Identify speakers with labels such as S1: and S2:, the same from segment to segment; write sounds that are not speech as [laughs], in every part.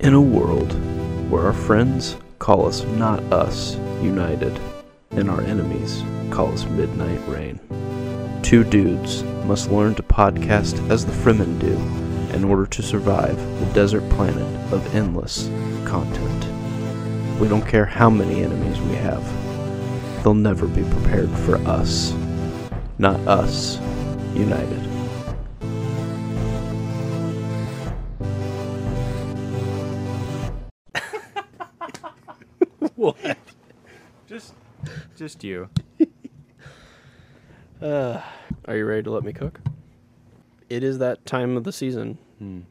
S1: In a world where our friends call us not us united, and our enemies call us midnight rain, two dudes must learn to podcast as the Fremen do in order to survive the desert planet of endless content. We don't care how many enemies we have, they'll never be prepared for us. Not us united.
S2: Just, just you.
S1: Are you ready to let me cook? It is that time of the season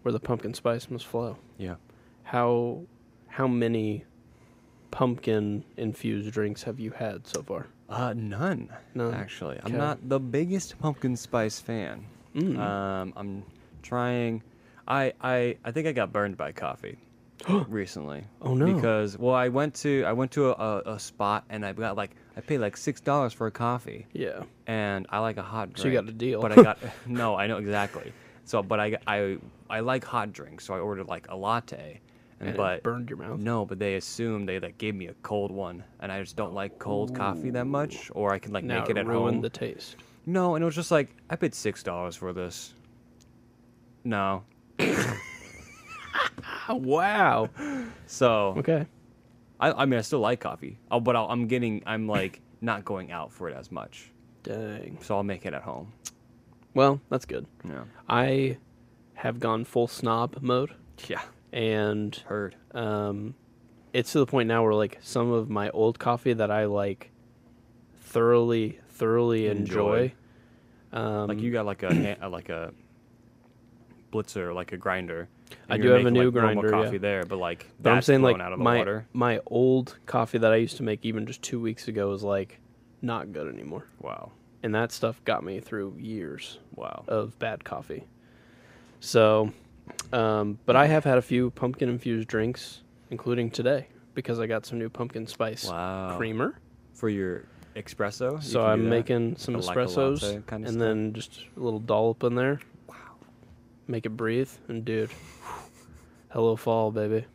S1: where the pumpkin spice must flow.
S2: Yeah.
S1: How how many pumpkin infused drinks have you had so far?
S2: Uh, none.
S1: None.
S2: Actually, I'm
S1: Okay. Mm.
S2: not the biggest pumpkin spice fan. Um, I'm trying. I, I I think I got burned
S1: [gasps]
S2: by coffee recently.
S1: Oh, no.
S2: Because well, I went to I went to a, a, a spot and I got like I paid like six dollars for a coffee.
S1: Yeah.
S2: and I like a hot drink.
S1: So you got a deal.
S2: But
S1: [laughs]
S2: I got [laughs] no, I know exactly. So, but I I I like hot drinks, so I ordered like a latte. And,
S1: And it
S2: but
S1: burned your mouth?
S2: No, but they assumed they like gave me a cold one, and I just don't like cold coffee that much, or I can like
S1: Now
S2: make it
S1: it
S2: at
S1: ruined
S2: home.
S1: the taste.
S2: no, and it was just like I paid six dollars for this. No, Ah,
S1: Oh, wow.
S2: so
S1: [laughs] Okay.
S2: I I mean I still like coffee, oh, but I'll, I'm getting I'm like not going out for it as much,
S1: Dang.
S2: so I'll make it at home.
S1: Well, that's good.
S2: Yeah,
S1: I have gone full snob mode
S2: yeah,
S1: and
S2: heard.
S1: um, it's to the point now where like some of my old coffee that I like thoroughly, thoroughly enjoy. um,
S2: Enjoy. Like you got like a ha- uh, like a blitzer, like a grinder.
S1: I
S2: and
S1: do
S2: you're
S1: have a
S2: making,
S1: new
S2: like, normal
S1: grinder, yeah.
S2: Coffee there, but like
S1: But I'm
S2: that's
S1: saying like
S2: blown out of the
S1: my
S2: water.
S1: my old coffee that I used to make even just two weeks ago is like not good anymore,
S2: Wow,
S1: and that stuff got me through years
S2: wow.
S1: of bad coffee. So, um, but I have had a few pumpkin infused drinks, including today because I got some new pumpkin spice
S2: Wow.
S1: creamer.
S2: For your espresso, you
S1: So
S2: can do
S1: I'm
S2: that?
S1: making some
S2: A latte
S1: espressos
S2: kind
S1: and
S2: of stuff?
S1: then just a little dollop in there. Wow. Make it breathe and dude. Hello fall, baby.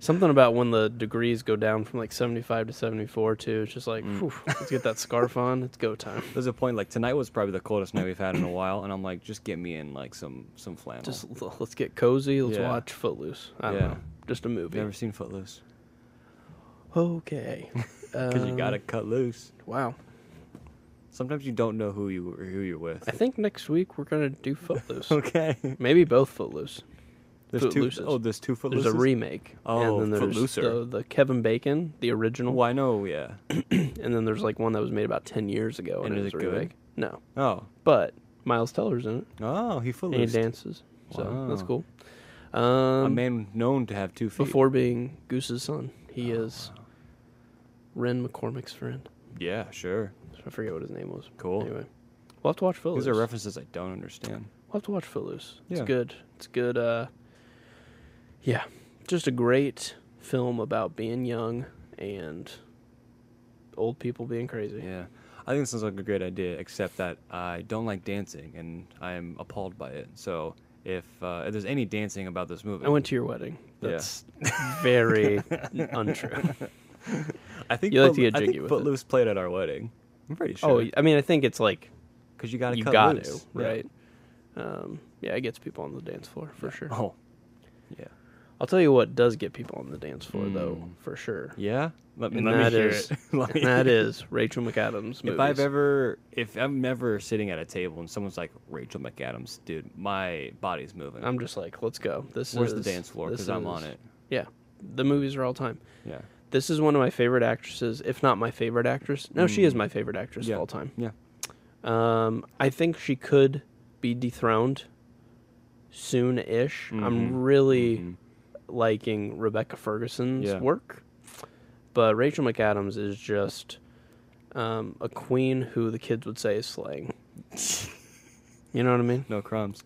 S1: Something about when the degrees go down from like 75 to 74 too. It's just
S2: Mm.
S1: like, phew, let's get that
S2: [laughs]
S1: scarf on. It's go time.
S2: There's a point like tonight was probably the coldest night we've had in a while, and I'm like, just get me in like some some flannel.
S1: Just l- let's get cozy. Let's
S2: Yeah.
S1: watch Footloose. I don't
S2: Yeah.
S1: know. Just a movie.
S2: never seen Footloose [laughs]
S1: Okay. Um,
S2: because you gotta cut loose.
S1: Wow.
S2: Sometimes you don't know who you who you're
S1: I
S2: [laughs] with.
S1: think next week we're gonna do Footloose.
S2: [laughs] Okay.
S1: Maybe both Footloose.
S2: There's two.
S1: Footlooses.
S2: Oh, there's two Footlooses.
S1: There's a remake.
S2: Oh,
S1: and then there's the,
S2: Footloosser.
S1: the Kevin Bacon, the original,
S2: Oh, I know. Yeah.
S1: and then there's like one that was made about ten years ago, and,
S2: And
S1: it was
S2: is it
S1: a
S2: good?
S1: remake. No,
S2: Oh.
S1: but Miles Teller's in it,
S2: Oh, he
S1: and he
S2: Footloose.
S1: dances, so that's
S2: Wow.
S1: cool.
S2: a
S1: Um,
S2: man known to have two feet. Ah.
S1: before being Goose's son, he is Ren McCormick's friend.
S2: Yeah, sure.
S1: I forget what his name was.
S2: Cool.
S1: Anyway, we'll have to watch Footloose.
S2: These are references I don't understand.
S1: We'll have to watch Footloose. It's
S2: Yeah.
S1: good. It's good. Uh, yeah, just a great film about being young and old people being crazy.
S2: Yeah. I think this sounds like a great idea, except that I don't like dancing and I'm appalled by it. So if, uh, if there's any dancing about this movie,
S1: I went to your wedding.
S2: Yeah.
S1: That's
S2: [laughs]
S1: very untrue.
S2: I think
S1: you like to
S2: Footlo-
S1: get
S2: I
S1: jiggy
S2: think
S1: with it.
S2: Footloose played at our wedding. I'm pretty sure.
S1: Oh, I mean, I think it's like
S2: because you got to
S1: you
S2: cut
S1: got
S2: loose.
S1: to, right? Um, yeah, it gets people on the dance floor for sure.
S2: Yeah. Oh, yeah,
S1: I'll tell you what does get people on the dance floor though, for sure.
S2: yeah. Hmm. Let, me
S1: And
S2: let me
S1: that
S2: hear
S1: is-
S2: it. [laughs] Let me-
S1: and that is Rachel McAdams. Movies.
S2: If I've ever, if I'm ever sitting at a table and someone's like Rachel McAdams, dude, my body's moving.
S1: I'm just like, let's go. This
S2: Where's
S1: is
S2: the dance floor?
S1: this
S2: Because I'm on
S1: is-
S2: it.
S1: Yeah, the movies are all time.
S2: Yeah.
S1: This is one of my favorite actresses, if not my favorite actress. No, she is my favorite actress
S2: Hmm. Yeah.
S1: of all time.
S2: Yeah.
S1: Um, I think she could be dethroned soon-ish.
S2: Mm-hmm.
S1: I'm really liking Rebecca Ferguson's
S2: Yeah.
S1: work, but Rachel McAdams is just um, a queen who the kids would say is slaying. [laughs] you know what I mean?
S2: No crumbs.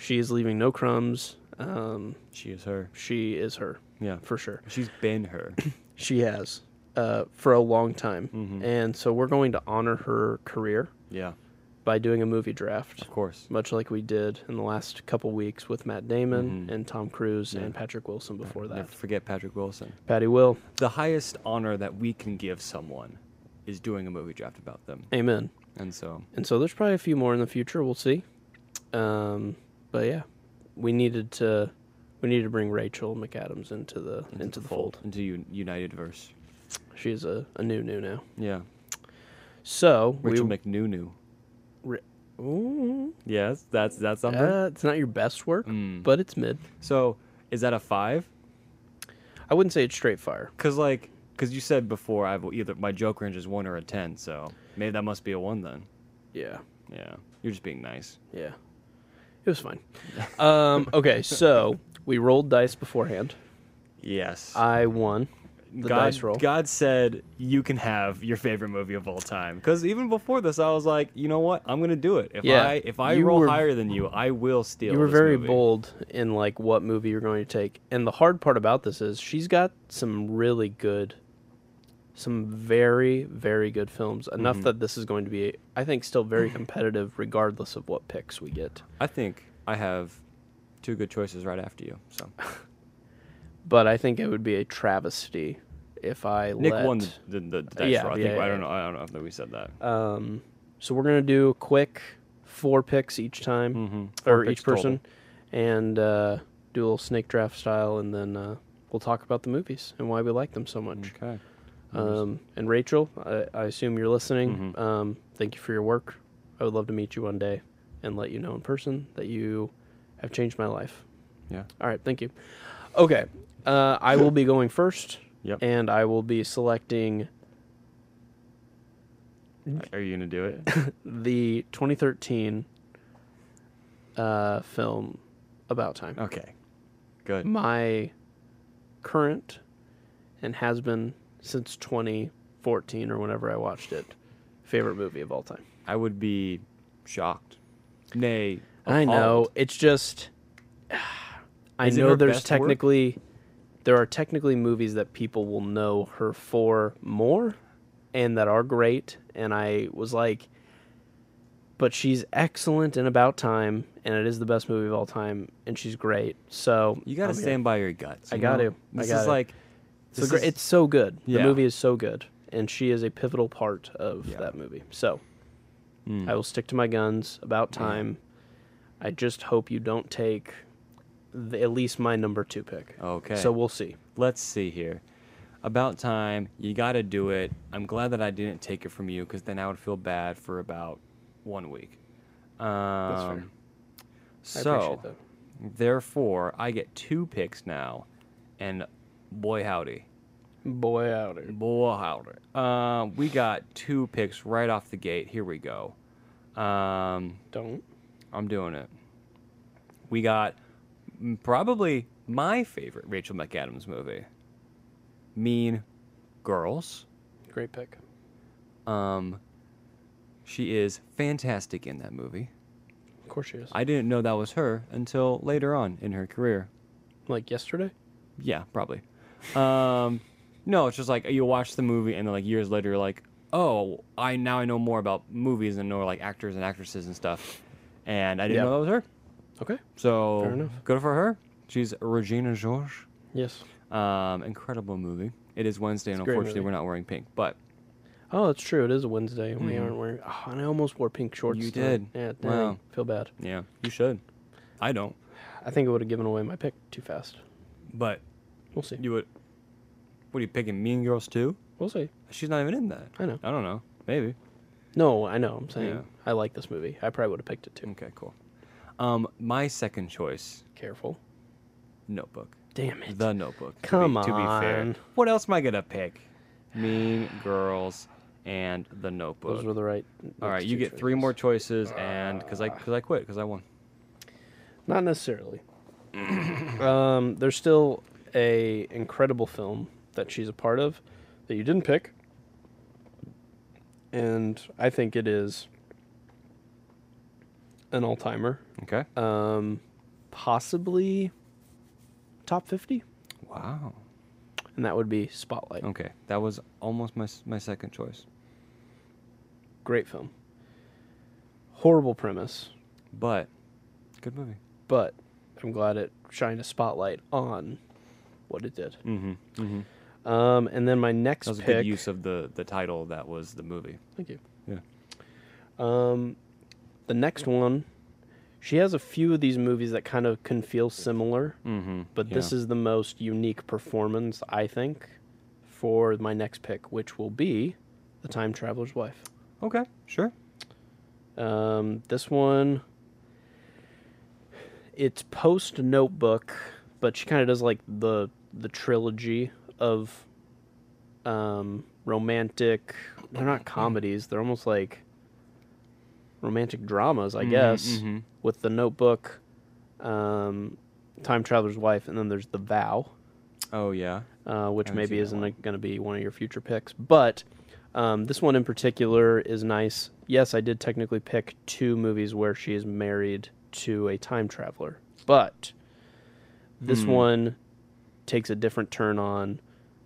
S1: She is leaving no crumbs. Um,
S2: She is her.
S1: she is her
S2: Yeah.
S1: for sure.
S2: She's
S1: [coughs]
S2: been her.
S1: She has Mm-hmm. uh, for a long time, and so we're going to honor her career
S2: yeah.
S1: by doing a movie draft,
S2: Of course.
S1: much like we did in the last couple weeks with Matt Damon
S2: Mhm.
S1: and Tom Cruise
S2: Yeah.
S1: and Patrick Mm-hmm. Wilson before
S2: Never
S1: that.
S2: forget Patrick Wilson.
S1: Patty Will,
S2: The highest honor that we can give someone is doing a movie draft about them.
S1: amen.
S2: And so,
S1: And so there's probably a few more in the future. We'll see. Um, but yeah, we needed to we needed to bring Rachel McAdams into the into, the, fold.
S2: into U- United verse.
S1: She's a, a new new now.
S2: Yeah.
S1: So
S2: Rachel
S1: we,
S2: McNunu.
S1: Ooh,
S2: Yes, that's that's something.
S1: uh, it's not your best work,
S2: Mm.
S1: but it's mid.
S2: so, is that a 5?
S1: I wouldn't say it's straight fire.
S2: Cuz like cuz you said before I've either my joke range is 1 or a 10, so maybe that must be a 1 then.
S1: Yeah,
S2: Yeah. You're just being nice.
S1: yeah, it was fine.
S2: [laughs]
S1: um, okay, so we rolled dice beforehand.
S2: Yes.
S1: I won. the
S2: Uh, God,
S1: dice roll.
S2: God said you can have your favorite movie of all time. Cuz even before this I was like, you know what? I'm going to do it. If
S1: Yeah.
S2: I if I
S1: You
S2: roll
S1: were-
S2: higher than you, I will steal
S1: You were
S2: this
S1: very
S2: movie.
S1: bold in like what movie you're going to take. And the hard part about this is she's got some really good some very very good films enough
S2: Mm-hmm.
S1: that this is going to be I think still
S2: [coughs]
S1: very competitive regardless of what picks we get.
S2: I think I have two good choices right after you. So
S1: But I think it would be a travesty if I
S2: Nick
S1: let
S2: won the, the, the dice
S1: Yeah,
S2: roll. I
S1: yeah,
S2: think
S1: yeah,
S2: I don't
S1: yeah.
S2: know. I don't know if that we said that.
S1: um so we're going to do a quick four picks each time
S2: Mhm.
S1: or
S2: Four
S1: each
S2: picks total.
S1: person and uh do a little snake draft style and then uh we'll talk about the movies and why we like them so much.
S2: Okay.
S1: Um, and Rachel, I, I assume you're listening.
S2: Mm-hmm.
S1: Um, thank you for your work. I would love to meet you one day and let you know in person that you have changed my life.
S2: Yeah.
S1: All right, thank you. Okay, uh, I will be going first,
S2: Yep.
S1: and I will be selecting Mm.
S2: Are you gonna do it?
S1: the 2013 uh, film About Time.
S2: okay. Good.
S1: My current and has been since 2014 or whenever I watched it favorite movie of all time.
S2: I would be shocked. Nay.
S1: I know.
S2: appalled.
S1: It's just [sighs] I
S2: Is it
S1: know
S2: her
S1: there's
S2: best work?
S1: technically there are technically movies that people will know her for more and that are great and I was like but she's excellent in About Time and it is the best movie of all time and she's great. So
S2: You gotta
S1: I'm here.
S2: stand by your guts.
S1: I
S2: you
S1: gotta.
S2: know?
S1: I
S2: This is
S1: gotta.
S2: like.
S1: It's, a
S2: this
S1: gr-
S2: is-
S1: it's so good.
S2: Yeah.
S1: The movie is so good and she is a pivotal part of
S2: Yeah.
S1: that movie. So
S2: Mm.
S1: I will stick to my guns. About time. I just hope you don't take the, at least my number two pick.
S2: Okay.
S1: So we'll see.
S2: let's see here. About time. You gotta do it. I'm glad that I didn't take it from you because then I would feel bad for about one week. Um,
S1: fair.
S2: So.
S1: I appreciate that.
S2: Therefore, I get two picks now, and boy howdy,
S1: Boy outer.
S2: boy howdy. Uh, we got two picks right off the gate. Here we go. Um,
S1: Don't.
S2: I'm doing it. We got m- probably my favorite Rachel McAdams movie, Mean Girls.
S1: Great pick.
S2: Um, she is fantastic in that movie.
S1: Of course she is.
S2: I didn't know that was her until later on in her career.
S1: like yesterday?
S2: Yeah, probably. Um, no, it's just like you watch the movie and then like years later you're like, oh, I now I know more about movies and know like actors and actresses and stuff, and I didn't
S1: Yeah.
S2: know that was her.
S1: Okay.
S2: So
S1: Fair enough.
S2: good for her. She's Regina George.
S1: Yes.
S2: Um, incredible movie. It is Wednesday, and
S1: It's a great
S2: unfortunately
S1: movie.
S2: we're not wearing pink, but
S1: Oh, that's true. It is a Wednesday and we aren't wearing. Oh, and I almost wore pink shorts.
S2: Hmm. You
S1: today.
S2: did.
S1: Yeah. Dang.
S2: Wow.
S1: Feel bad.
S2: yeah, you should. I don't,
S1: I think it would have given away my pick too fast.
S2: but
S1: We'll see.
S2: you would. What are you picking? Mean Girls too?
S1: We'll see.
S2: She's not even in that.
S1: I know.
S2: I don't know. Maybe.
S1: No, I know. I'm saying
S2: Yeah.
S1: I like this movie. I probably would have picked it too.
S2: Okay, cool. Um, my second choice,
S1: Careful.
S2: Notebook.
S1: Damn it.
S2: The Notebook. to be-
S1: Come
S2: to be, fair,
S1: on.
S2: what else am I gonna pick? Mean Girls and The Notebook.
S1: Those were the right.
S2: All right,
S1: next
S2: you
S1: two
S2: get three
S1: choices.
S2: more choices, and because I because I quit because I won.
S1: Not
S2: [clears throat]
S1: necessarily. um, there's still a incredible film that she's a part of that you didn't pick, and I think it is an all timer,
S2: Okay.
S1: um, possibly top fifty,
S2: wow.
S1: and that would be Spotlight.
S2: Okay, that was almost my s- my second choice.
S1: Great film. horrible premise,
S2: But good movie.
S1: but I'm glad it shined a spotlight on what it did.
S2: Mm-hmm. Mm-hmm.
S1: Um, and then my next
S2: That was a
S1: pick.
S2: good use of the the title that was the movie.
S1: Thank you.
S2: Yeah.
S1: Um, the next one, she has a few of these movies that kind of can feel similar,
S2: Mm-hmm.
S1: but this is the most unique performance I think for my next pick, which will be the Time Traveler's Wife.
S2: okay. Sure.
S1: Um, this one, it's post Notebook, but she kind of does like the the trilogy of um, romantic. They're not comedies. They're almost like romantic dramas, I
S2: Mhm,
S1: guess.
S2: mhm.
S1: With the Notebook, um, Time Traveler's Wife, and then there's The Vow
S2: Oh yeah.
S1: uh, which
S2: haven't seen
S1: maybe
S2: that
S1: isn't
S2: one.
S1: going to be one of your future picks. But um, this one in particular is nice. Yes, I did technically pick two movies where she is married to a time traveler, but this
S2: Hmm.
S1: one takes a different turn on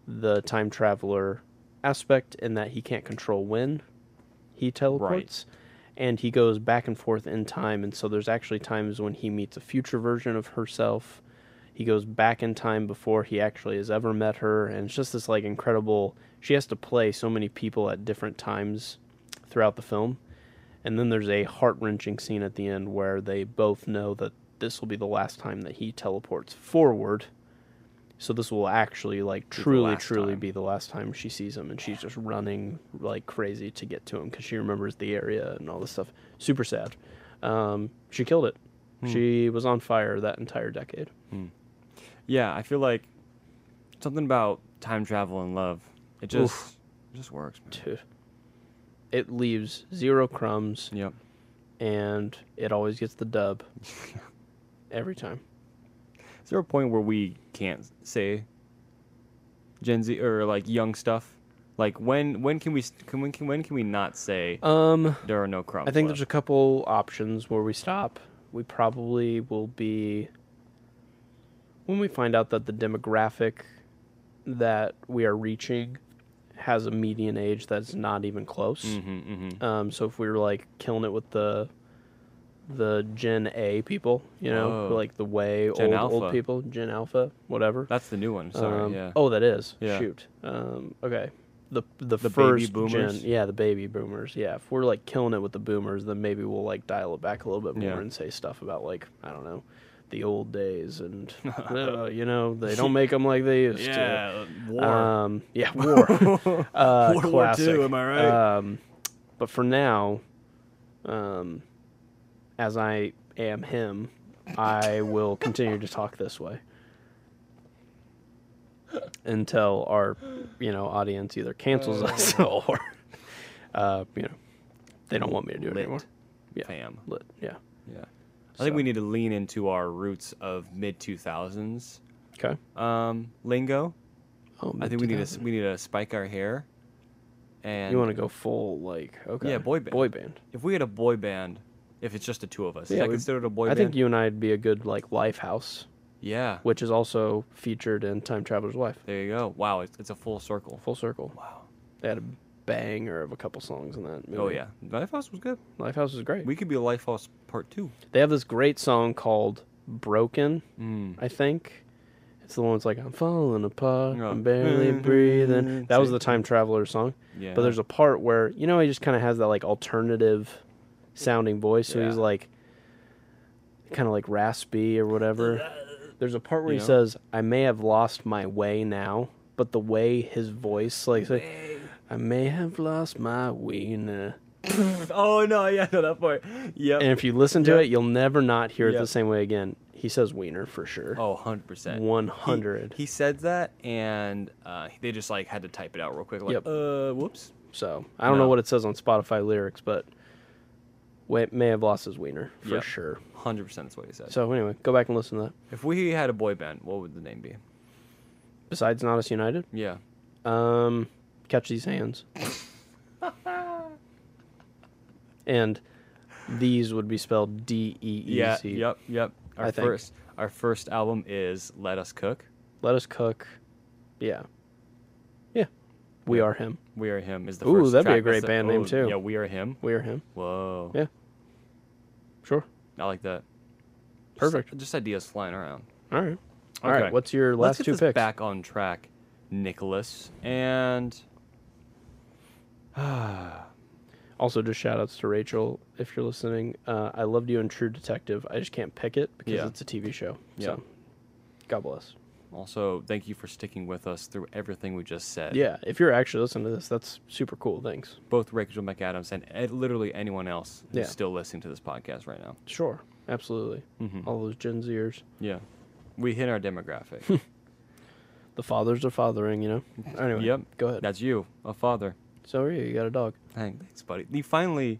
S1: the time traveler aspect in that he can't control when he teleports. And he goes back and forth in time, and so there's actually times when he meets a future version of herself, he goes back in time before he actually has ever met her and it's just this like incredible she has to play so many people at different times throughout the film and then there's a heart-wrenching scene at the end where they both know that this will be the last time that he teleports forward so this will actually like
S2: the
S1: truly
S2: last
S1: truly
S2: time.
S1: be the last time she sees him and she's just running like crazy to get to him because she remembers the area and all this stuff super sad um, she killed it
S2: Hmm.
S1: she was on fire that entire decade
S2: Yeah. I feel like something about time travel and love. It just it just works. Man.
S1: Dude. It leaves zero crumbs
S2: Yep.
S1: and it always gets the
S2: [laughs]
S1: dub every time.
S2: Is there a point where we can't say Gen Z or like young stuff? Like when when can we s- can when can when can we not say
S1: Um
S2: there are no crumbs?
S1: I think
S2: left?
S1: there's a couple options where we stop. We probably will be when we find out that the demographic that we are reaching has a median age that's not even close.
S2: Mhm, mhm.
S1: Um, so if we were like killing it with the the Gen A people, you know,
S2: Oh.
S1: like the way
S2: Gen
S1: old old
S2: Alpha.
S1: people, Gen Alpha, whatever.
S2: That's the new one. Sorry.
S1: Um,
S2: yeah.
S1: Oh, that is.
S2: Yeah.
S1: Shoot. Um, okay. The the,
S2: The baby
S1: first
S2: boomers?
S1: gen, yeah, the baby boomers. Yeah, if we're like killing it with the boomers, then maybe we'll like dial it back a little bit more
S2: Yeah.
S1: and say stuff about like I don't know, the old days
S2: [laughs]
S1: and uh, you know they don't make them like they used to.
S2: uh, War. [laughs]
S1: Um, yeah, war. uh,
S2: World War
S1: classic.
S2: II, am I right?
S1: Um, but for now, um, as I am him, I will continue to talk this way until our, you know, audience either cancels
S2: Oh.
S1: us [laughs] or, uh, you know, they don't want me to do it
S2: Lit.
S1: anymore. yeah.
S2: [laughs] Fam.
S1: Lit, yeah.
S2: Yeah. I think we
S1: So-
S2: need to lean into our roots of mid 2000s
S1: Okay.
S2: um, lingo.
S1: Oh,
S2: I think we need to we need to spike our hair. And
S1: You want to go full like okay?
S2: Yeah, boy band.
S1: Boy band.
S2: if we had a boy band, if it's just the two of us, is
S1: Yeah,
S2: that
S1: we-
S2: considered a boy
S1: I
S2: band?
S1: think you and I'd be a good like life house,
S2: Yeah.
S1: which is also featured in Time Traveler's Wife.
S2: There you go. Wow, it's, it's a full circle.
S1: Full circle.
S2: Wow.
S1: They had a banger of a couple songs in that movie.
S2: Oh yeah, Lifehouse was good.
S1: Lifehouse is great.
S2: We could be Lifehouse Part Two.
S1: they have this great song called Broken,
S2: Mm.
S1: I think. It's the one that's like, I'm falling apart,
S2: Yeah.
S1: I'm barely breathing. That was the Time Traveler song.
S2: Mm-hmm. Yeah.
S1: But there's a part where, you know, he just kind of has that like alternative sounding voice. So he's
S2: Yeah.
S1: like, kind of like raspy or whatever. There's a part where
S2: You
S1: he
S2: know?
S1: says, I may have lost my way now, but the way his voice, like, it's like, I may have lost my way now.
S2: oh no, yeah, no that part. Yep.
S1: And if you listen to
S2: Yep.
S1: it, you'll never not hear it
S2: Yep.
S1: the same way again. He says wiener for sure.
S2: Oh, 100 percent.
S1: 100.
S2: He, said that, and uh, they just like had to type it out real quick. Like,
S1: Yep.
S2: uh, whoops.
S1: so I don't know
S2: No.
S1: what it says on Spotify lyrics, but wait, may have lost his wiener for
S2: Yep.
S1: sure.
S2: 100 percent is what he said.
S1: So anyway, go back and listen to that.
S2: if we had a boy band, what would the name be?
S1: Besides Not Us United,
S2: Yeah.
S1: um, catch these
S2: [laughs]
S1: hands. and these would be spelled D E E
S2: Yeah.
S1: Z.
S2: Yep. Yep. Our
S1: I think.
S2: first, our first album is "Let Us Cook."
S1: Let us cook. Yeah. Yeah. We are him.
S2: We are him is the
S1: Ooh,
S2: first.
S1: that'd be a
S2: track.
S1: great
S2: That's the-
S1: band name,
S2: oh,
S1: too.
S2: Yeah, we are him.
S1: We are him.
S2: Whoa.
S1: Yeah. Sure.
S2: I like that.
S1: Perfect.
S2: Just, just ideas flying around.
S1: All right. All right.
S2: Okay.
S1: What's your last
S2: Let's get
S1: two
S2: this
S1: picks?
S2: back on track, Nicholas. And [sighs]
S1: Also, just shout outs to Rachel if you're listening. Uh, I loved you in True Detective. I just can't pick it because
S2: Yeah.
S1: it's a TV show.
S2: Yeah.
S1: So, God bless.
S2: also, thank you for sticking with us through everything we just said.
S1: Yeah. If you're actually listening to this, that's super cool. Thanks.
S2: Both Rachel McAdams and ed- literally anyone else who's
S1: Yeah.
S2: still listening to this podcast right now.
S1: Sure. Absolutely.
S2: Mm-hmm.
S1: All those Gen Zers.
S2: Yeah. We hit our
S1: [laughs]
S2: demographic.
S1: The fathers are fathering, you know? Anyway.
S2: yep.
S1: Go ahead.
S2: That's you, a father.
S1: so are you. You got a dog.
S2: Thank- Thanks, buddy. You finally, you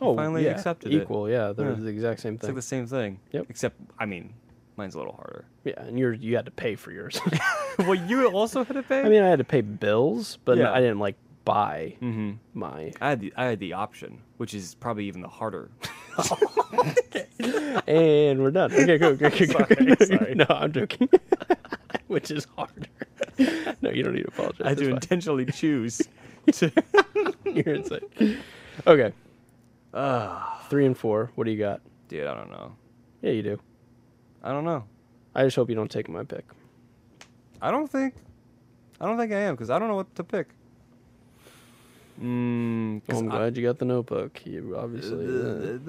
S2: finally
S1: finally yeah.
S2: accepted it.
S1: Equal. Yeah. They're
S2: Yeah.
S1: the exact same
S2: It's like
S1: thing.
S2: the same thing.
S1: Yep.
S2: Except, I mean, mine's a little harder. [laughs]
S1: yeah. And you're, you had to pay for yours.
S2: well, you also had to pay.
S1: I mean, I had to pay bills, but
S2: Yeah.
S1: I didn't like buy
S2: mm-hmm. [laughs]
S1: my.
S2: I had the I had the option, which is probably even
S1: [laughs]
S2: the harder. [laughs]
S1: And we're done. Okay, go, go, go, go.
S2: Sorry,
S1: go. [laughs]
S2: sorry.
S1: No, I'm joking. [laughs] Which is harder. No, you don't need to apologize.
S2: I had to
S1: It's
S2: intentionally
S1: [laughs]
S2: choose. to [laughs]
S1: fine. You're insane. Okay,
S2: Ah,
S1: three and four. What do you got?
S2: dude, I don't know.
S1: Yeah, you do.
S2: I don't know.
S1: I just hope you don't take my pick.
S2: I don't think. I don't think I am because I don't know what to pick. Mm,
S1: Well,
S2: 'cause
S1: I'm
S2: I-
S1: glad you got the notebook. You obviously.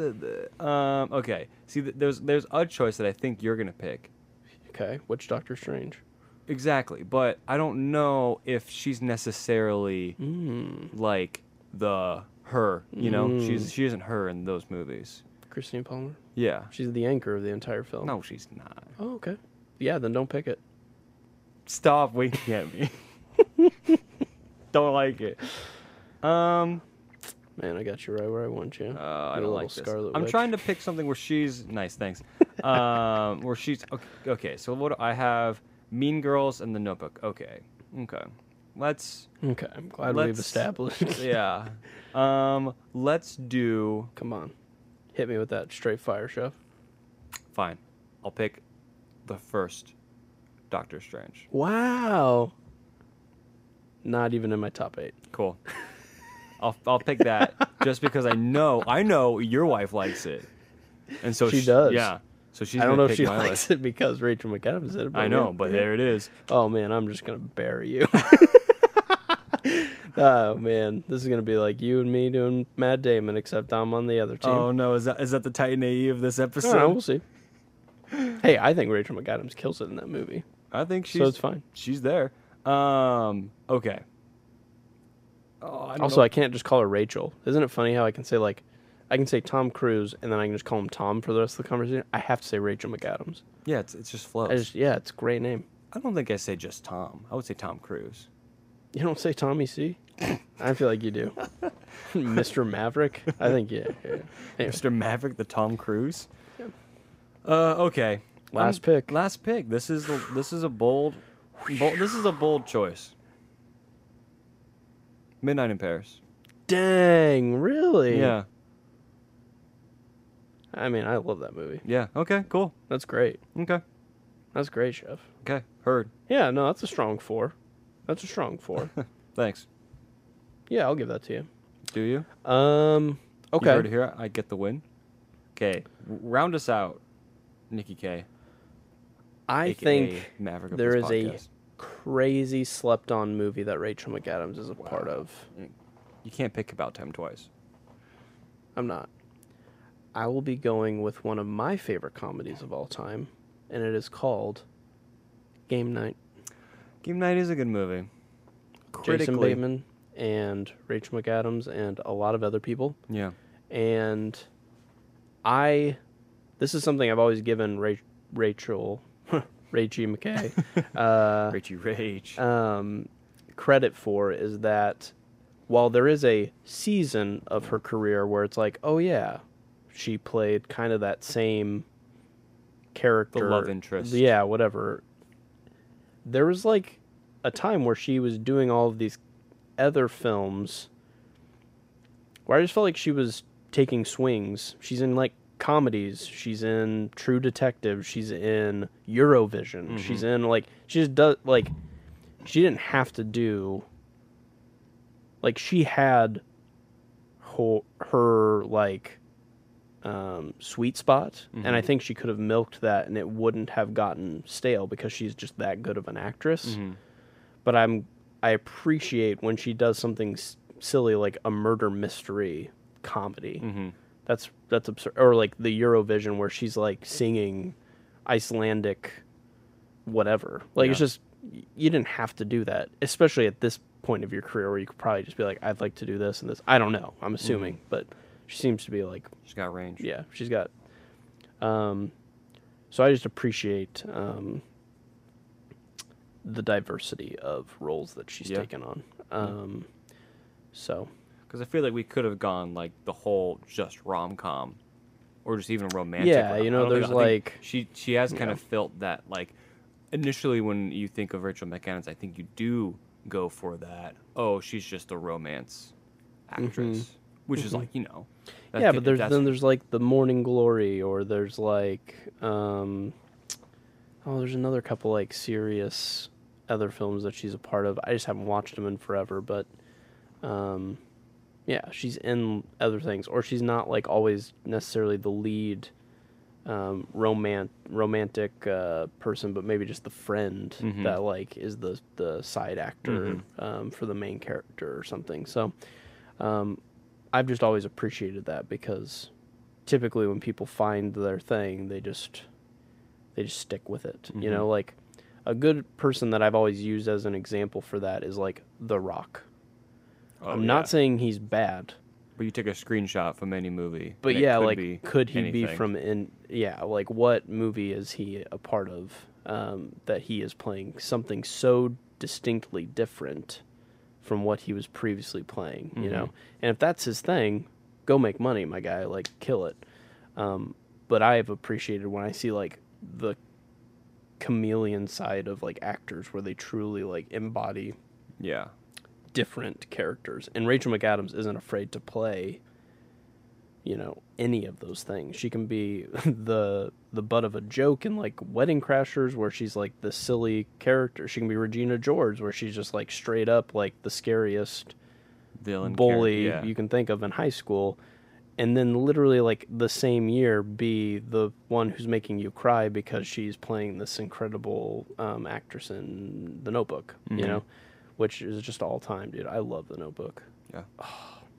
S2: [laughs]
S1: uh,
S2: um. Okay. See, th- there's there's a choice that I think you're gonna pick.
S1: okay, which Doctor Strange?
S2: Exactly, but I don't know if she's necessarily Hmm.
S1: Mm,
S2: like the her. You know,
S1: Mm.
S2: she's she isn't her in those movies.
S1: Christine Palmer.
S2: Yeah.
S1: She's the anchor of the entire film.
S2: No, she's not.
S1: Oh, okay. Yeah, then don't pick it.
S2: Stop winking at [laughs] me. don't like it. Um,
S1: Man, I got you right where I want you.
S2: uh,
S1: You
S2: I don't
S1: little
S2: like this.
S1: Scarlet
S2: I'm
S1: Witch.
S2: trying to pick something where she's
S1: [laughs]
S2: nice. Thanks. um, where she's okay, okay. So what do I have? Mean Girls and The Notebook. Okay. Okay. Let's.
S1: Okay, I'm glad
S2: Let's-
S1: we've established. [laughs]
S2: Yeah. Um. Let's do.
S1: Come on. Hit me with that straight fire, Chef.
S2: Fine. I'll pick the first Doctor Strange.
S1: Wow. Not even in my top eight.
S2: Cool. I'll I'll pick that just because I know I know your wife likes it, and so
S1: She does.
S2: Yeah. So she's.
S1: I don't
S2: gonna
S1: know if
S2: pick
S1: she
S2: my
S1: likes
S2: list.
S1: it because Rachel McAdams did it.
S2: I know, but there it is.
S1: Oh man, I'm just gonna bury
S2: [laughs]
S1: you. oh man, this is gonna be like you and me doing Mad Damon, except I'm on the other team.
S2: Oh no! Is that is that the Titan AE of this
S1: I don't know, we'll
S2: episode?
S1: see. Hey, I think Rachel McAdams kills it in that movie,
S2: I think she's
S1: so it's fine.
S2: she's there. Um. Okay. Oh, I don't
S1: Also,
S2: know.
S1: I can't just call her Rachel. Isn't it funny how I can say like, I can say Tom Cruise and then I can just call him Tom for the rest of the conversation. I have to say Rachel McAdams.
S2: yeah, it's it's just flows.
S1: I just yeah, it's a great name.
S2: I don't think I say just Tom. I would say Tom Cruise.
S1: You don't say Tommy
S2: [laughs]
S1: C. I feel like you do. [laughs] Mr. Maverick. I think yeah. yeah. Anyway,
S2: Mr. Maverick, the Tom Cruise. Uh, okay.
S1: Last pick.
S2: Last pick. This is the, this is a bold, bold. This is a bold choice. Midnight in Paris.
S1: dang, really?
S2: Yeah.
S1: I mean, I love that movie.
S2: Yeah. Okay. Cool.
S1: That's great.
S2: Okay.
S1: That's great, Chef.
S2: Okay. Heard.
S1: Yeah, no, that's a strong four. That's a strong four.
S2: [laughs] Thanks.
S1: yeah, I'll give that to
S2: Do you?
S1: you. Um.
S2: You
S1: Okay.
S2: heard it here. I get the win. Okay. Round us out, Nikki K.
S1: I
S2: AKA
S1: think
S2: Maverick of
S1: there
S2: this
S1: is a
S2: podcast.
S1: crazy slept-on movie that Rachel McAdams is a part of.
S2: You can't pick about time twice.
S1: I'm not. I will be going with one of my favorite comedies of all time, and it is called Game Night.
S2: Game Night is a good movie.
S1: Jason
S2: Critically.
S1: Bateman and Rachel McAdams and a lot of other people. [laughs]
S2: Yeah.
S1: And I, this is something I've always given Ra- Rachel, [laughs] Rachie McKay,
S2: [laughs]
S1: uh,
S2: Richie Rage.
S1: um, credit for is that while there is a season of her career where it's like, oh yeah, she played kind of that same character,
S2: love interest.
S1: yeah, whatever. There was like a time where she was doing all of these other films where I just felt like she was taking swings. She's in like comedies. She's in True Detective. She's in Eurovision. She's in like she just does like she didn't have to do like she had her, her like um, sweet spot, and I think she could have milked that, and it wouldn't have gotten stale because she's just that good of an actress.
S2: Mm-hmm.
S1: But I'm I appreciate when she does something s- silly like a murder mystery comedy.
S2: Mm. Mm-hmm.
S1: That's that's absurd, or like the Eurovision where she's like singing Icelandic whatever. Like it's
S2: Yeah.
S1: just y- you didn't have to do that, especially at this point of your career where you could probably just be like, I'd like to do this and this. I don't know. I'm assuming, but she seems to be like,
S2: She's got range.
S1: yeah, she's got. Um, so I just appreciate um, the diversity of roles that she's
S2: Yeah.
S1: taken on. Um, so
S2: Because I feel like we could have gone like the whole just rom com, or just even romantic.
S1: Yeah,
S2: rom-
S1: you
S2: I
S1: know,
S2: don't think-
S1: there's
S2: I think
S1: like-
S2: she she has kind of felt that like initially when you think of Rachel McAdams, I think you do go for that. Oh, she's just a romance actress, which is like you know. that
S1: Mm-hmm. yeah,
S2: could-
S1: but
S2: if
S1: there's
S2: that's-
S1: then there's like the Morning Glory, or there's like um, oh, there's another couple like serious other films that she's a part of. I just haven't watched them in forever, but um, yeah, she's in other things, or she's not like always necessarily the lead um, romant romantic uh, person, but maybe just the friend
S2: Mm-hmm.
S1: that like is the the side actor um, for the main character or something. So. Um, I've just always appreciated that because typically when people find their thing, they just they just stick with it. You
S2: Mm-hmm.
S1: know, like a good person that I've always used as an example for that is like The Rock.
S2: oh,
S1: I'm
S2: yeah.
S1: not saying he's bad,
S2: But you take a screenshot from any movie.
S1: but
S2: and it
S1: yeah,
S2: could
S1: like
S2: be
S1: could he be
S2: anything.
S1: from in yeah, like what movie is he a part of um, that he is playing something so distinctly different from what he was previously playing, you know?
S2: Mm-hmm.
S1: And if that's his thing, go make money, my guy, like kill it. Um, but I have appreciated when I see like the chameleon side of like actors where they truly like embody
S2: yeah?
S1: different characters. And Rachel McAdams isn't afraid to play, you know, any of those things. She can be [laughs] the the butt of a joke in like Wedding Crashers where she's like the silly character. She can be Regina George where she's just like straight up like the scariest
S2: Dylan
S1: bully
S2: Yeah.
S1: you can think of in high school. And then literally like the same year be the one who's making you cry because she's playing this incredible um, actress in The Notebook, you know, which is just all time, dude. I love The Notebook.
S2: yeah.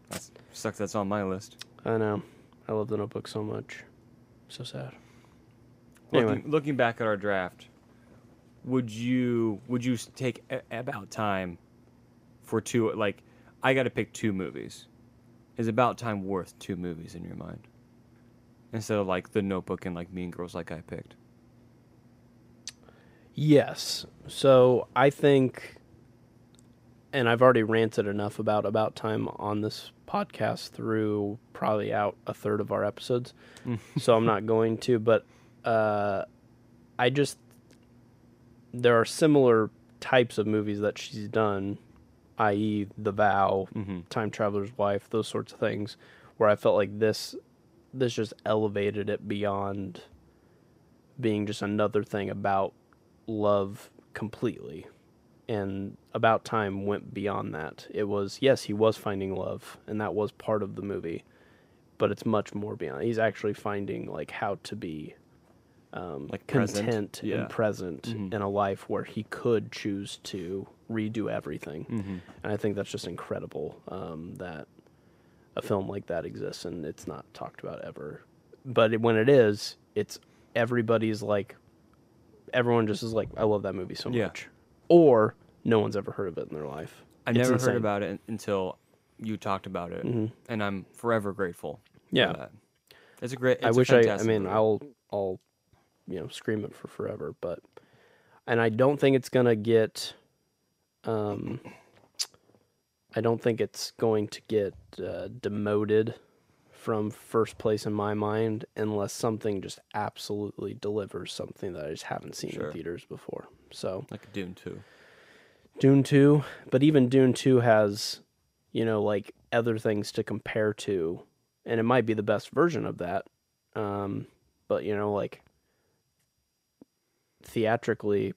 S2: That's, sucks. That's on my list.
S1: I know. I love The Notebook so much. So sad.
S2: Looking,
S1: Anyway.
S2: looking back at our draft, would you would you s- take a- about time for two? Like, I got to pick two movies. Is about time worth two movies in your mind? Instead of like The Notebook and like Mean Girls, like I picked.
S1: Yes. So I think, and I've already ranted enough about About Time on this podcast through probably out a third of our episodes. so I'm not going to, but uh, I just, there are similar types of movies that she's done, i.e., The Vow, Time Traveler's Wife, those sorts of things, where I felt like this, this just elevated it beyond being just another thing about love completely. And About Time went beyond that. It was, yes, he was finding love, and that was part of the movie, but it's much more beyond. He's actually finding, like, how to be um,
S2: Like present?
S1: content
S2: Yeah. Mm-hmm.
S1: and present in a life where he could choose to redo everything. And I think that's just incredible um, that a film like that exists and it's not talked about ever. But it, when it is, it's everybody's like, everyone just is like, I love that movie so
S2: Yeah.
S1: much. Or no one's ever heard of it in their life.
S2: I
S1: It's
S2: never
S1: insane. Mm-hmm.
S2: heard about it un- until you talked about it, and I'm forever grateful.
S1: Yeah.
S2: for that. it's a great. It's
S1: I
S2: a
S1: wish I, I
S2: fantastic
S1: mean,
S2: movie.
S1: I'll, I'll, you know, scream it for forever, but, and I don't think it's going to get, um, I don't think it's going to get uh, demoted from first place in my mind unless something just absolutely delivers something that I just haven't seen
S2: Sure.
S1: in theaters before. So,
S2: like Dune too.
S1: Dune 2, but even Dune 2 has, you know, like other things to compare to, and it might be the best version of that. Um, but you know, like theatrically,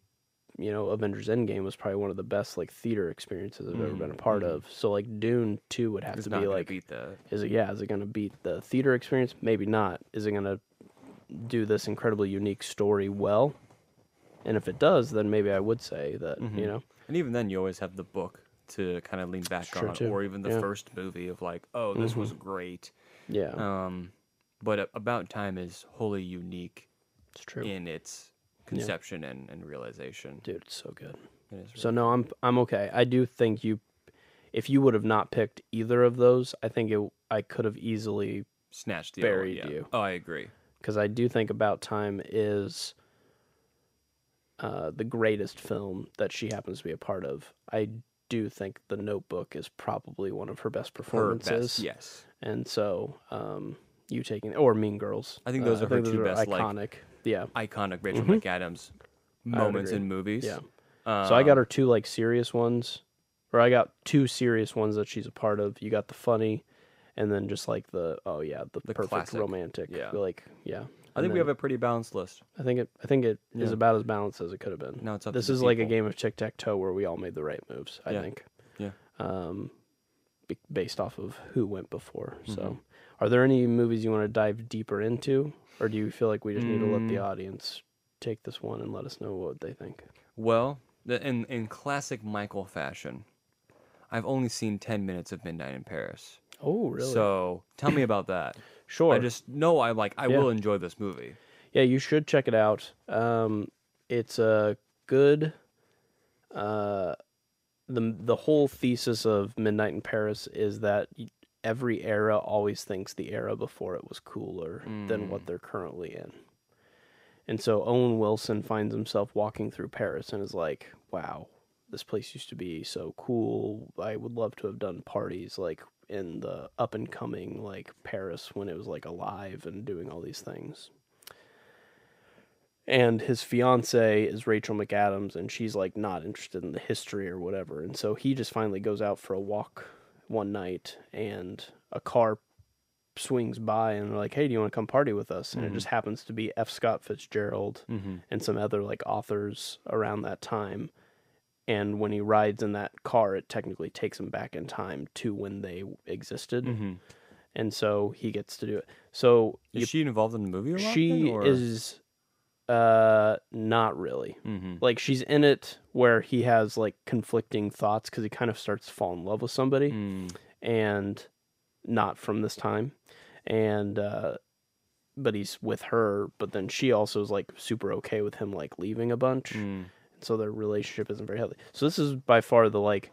S1: you know, Avengers Endgame was probably one of the best like theater experiences I've ever
S2: Mm,
S1: been a part of. So like Dune Two would have
S2: It's
S1: to
S2: mm-hmm. not
S1: be
S2: gonna
S1: like,
S2: beat that.
S1: is it yeah? Is it going to beat the theater experience? Maybe not. Is it going to do this incredibly unique story well? And if it does, then maybe I would say that
S2: Mm-hmm.
S1: you know
S2: And even then, you always have the book to kind of lean back
S1: Sure
S2: on,
S1: too,
S2: or even the
S1: yeah. Mm-hmm.
S2: first movie of like, oh, this was great.
S1: yeah,
S2: Um, but A- About Time is wholly unique
S1: it's true,
S2: in its conception and, and realization.
S1: dude. It's so good.
S2: It is
S1: So no, I'm I'm okay. I do think you, if you would have not picked either of those, I think it I could have easily
S2: snatched the other one,
S1: buried
S2: yeah.
S1: you.
S2: Oh, I agree.
S1: because I do think About Time is uh, the greatest film that she happens to be a part of. I do think The Notebook is probably one of her best
S2: Her
S1: performances.
S2: best, yes.
S1: And so um, you taking or Mean Girls. Uh,
S2: I think those are her two best, like-
S1: iconic. yeah.
S2: Iconic Rachel
S1: Mm-hmm.
S2: McAdams moments in movies.
S1: Yeah.
S2: Um,
S1: So I got her two like serious ones, or I got two serious ones that she's a part of. You got the funny, and then just like the oh yeah, the, perfect
S2: classic.
S1: romantic.
S2: Yeah.
S1: like yeah.
S2: I think we have a pretty balanced list.
S1: I think it. I think it is
S2: Yeah.
S1: about as balanced as it could have been.
S2: Now it's up to
S1: Mm. This
S2: the
S1: is like a
S2: people.
S1: game of tic tac toe where we all made the right moves. I
S2: Yeah.
S1: think,
S2: Yeah.
S1: um, be- based off of who went before.
S2: Mm-hmm.
S1: So, are there any movies you want to dive deeper into, or do you feel like we just need to let the
S2: Mm.
S1: audience take this one and let us know what they think?
S2: Well, the- in in classic Michael fashion, I've only seen ten minutes of Midnight in Paris.
S1: Oh, really?
S2: So tell me about that.
S1: [laughs] sure.
S2: I just know I like I
S1: Yeah.
S2: will enjoy this movie.
S1: yeah, you should check it out. Um, it's a good. Uh, the the whole thesis of Midnight in Paris is that y- every era always thinks the era before it was cooler than what they're currently in. And so Owen Wilson finds himself walking through Paris and is like, "Wow, this place used to be so cool. I would love to have done parties like in the up and coming like Paris when it was like alive and doing all these things." and his fiance is Rachel McAdams, and she's like not interested in the history or whatever. And so he just finally goes out for a walk one night, and a car swings by, and they're like, "Hey, do you want to come party with us?" And it just happens to be F. Scott Fitzgerald and some other like authors around that time. And when he rides in that car, it technically takes him back in time to when they existed.
S2: Mm.
S1: And so he gets to do it. So
S2: Mm-hmm. Is she involved in the movie? Or
S1: she is uh not really
S2: Mm-hmm.
S1: like she's in it where he has like conflicting thoughts because he kind of starts to fall in love with somebody
S2: Mm.
S1: and not from this time and uh but he's with her but then she also is like super okay with him like leaving a
S2: Mm.
S1: bunch
S2: Mm-hmm.
S1: so their relationship isn't very healthy so this is by far the like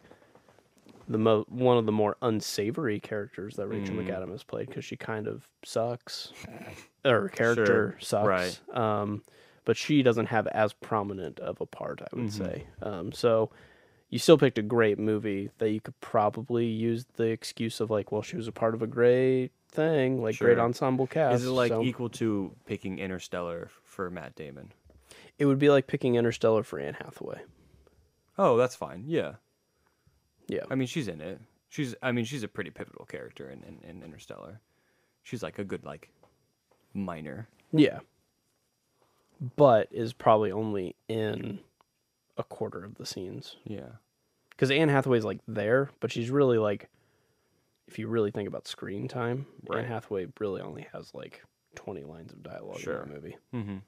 S1: the mo- one of the more unsavory characters that Rachel
S2: Mm.
S1: McAdams has played because she kind of sucks, or
S2: [laughs]
S1: her character sucks.
S2: right.
S1: Um, but she doesn't have as prominent of a part, I would say.
S2: Mm-hmm.
S1: Um, so you still picked a great movie that you could probably use the excuse of like, well, she was a part of a great thing, like great
S2: Sure.
S1: ensemble cast.
S2: Is it like
S1: so-
S2: equal to picking Interstellar f- for Matt Damon?
S1: it would be like picking Interstellar for Anne Hathaway?
S2: Oh, that's fine. Yeah.
S1: Yeah,
S2: I mean, she's in it. She's I mean, she's a pretty pivotal character in, in, in Interstellar. She's like a good like minor.
S1: yeah. But is probably only in a quarter of the scenes.
S2: Yeah.
S1: because Anne Hathaway's like there, but she's really like, if you really think about screen time,
S2: Right.
S1: Anne Hathaway really only has like twenty lines of dialogue
S2: Sure.
S1: in the movie.
S2: Mhm.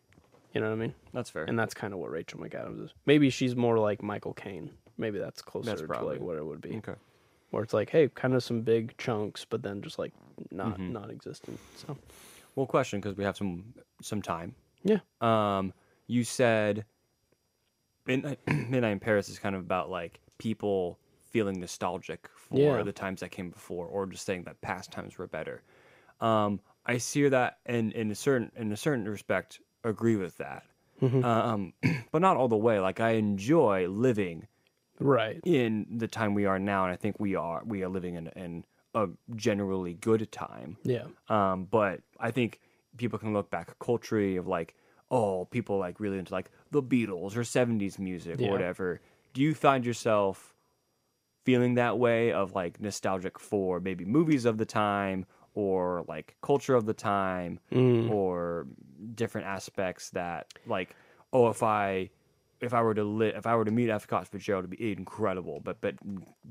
S1: You know what I mean?
S2: That's fair.
S1: And that's kind of what Rachel McAdams is. Maybe she's more like Michael Caine. Maybe that's closer to
S2: probably- Mm.
S1: like what it would be,
S2: okay.
S1: where it's like, hey, kind of some big chunks, but then just like not
S2: Mm-hmm.
S1: non-existent. So
S2: Well, question because we have some some time.
S1: yeah,
S2: um, you said Midnight, [clears throat] Midnight in Paris is kind of about like people feeling nostalgic for
S1: Yeah.
S2: the times that came before, or just saying that past times were better. Um, I see that, and in a certain in a certain respect, agree with that.
S1: Mm-hmm.
S2: Um, [clears throat] but not all the way. Like I enjoy living
S1: right.
S2: in the time we are now, and I think we are we are living in in a generally good time.
S1: Yeah,
S2: Um, but I think people can look back culturally of like, oh, people like really into like the Beatles or '70s music
S1: Yeah.
S2: or whatever. Do you find yourself feeling that way of like nostalgic for maybe movies of the time or like culture of the
S1: Mm.
S2: time or different aspects that like, oh, if I if I were to li- if I were to meet F. Scott Fitzgerald, it'd be incredible. But but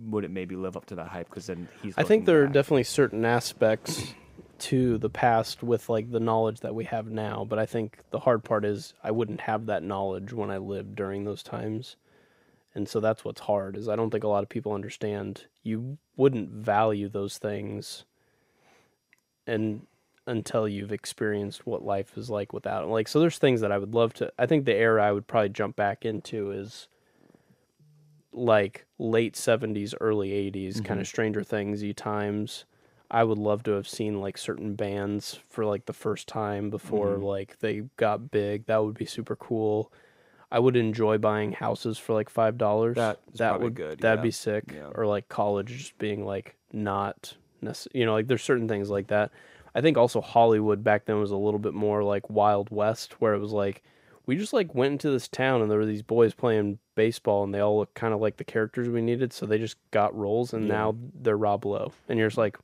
S2: would it maybe live up to that hype? Because then he's.
S1: I think
S2: looking
S1: there are
S2: back.
S1: definitely certain aspects to the past with like the knowledge that we have now, but I think the hard part is I wouldn't have that knowledge when I lived during those times. And so that's what's hard is I don't think a lot of people understand you wouldn't value those things and until you've experienced what life is like without it. Like so there's things that I would love to I think the era I would probably jump back into is like late 70s early 80s
S2: Mm-hmm.
S1: kind of stranger thingsy times i would love to have seen like certain bands for like the first time before
S2: Mm-hmm.
S1: like they got big that would be super cool i would enjoy buying houses for like five dollars
S2: That is
S1: that
S2: probably
S1: would
S2: good,
S1: that'd
S2: yeah.
S1: be sick
S2: Yeah.
S1: or like college just being like not necess- you know like there's certain things like that i think also hollywood back then was a little bit more like wild west where it was like we just like went into this town and there were these boys playing baseball and they all looked kind of like the characters we needed so they just got roles and now they're rob lowe and you're just like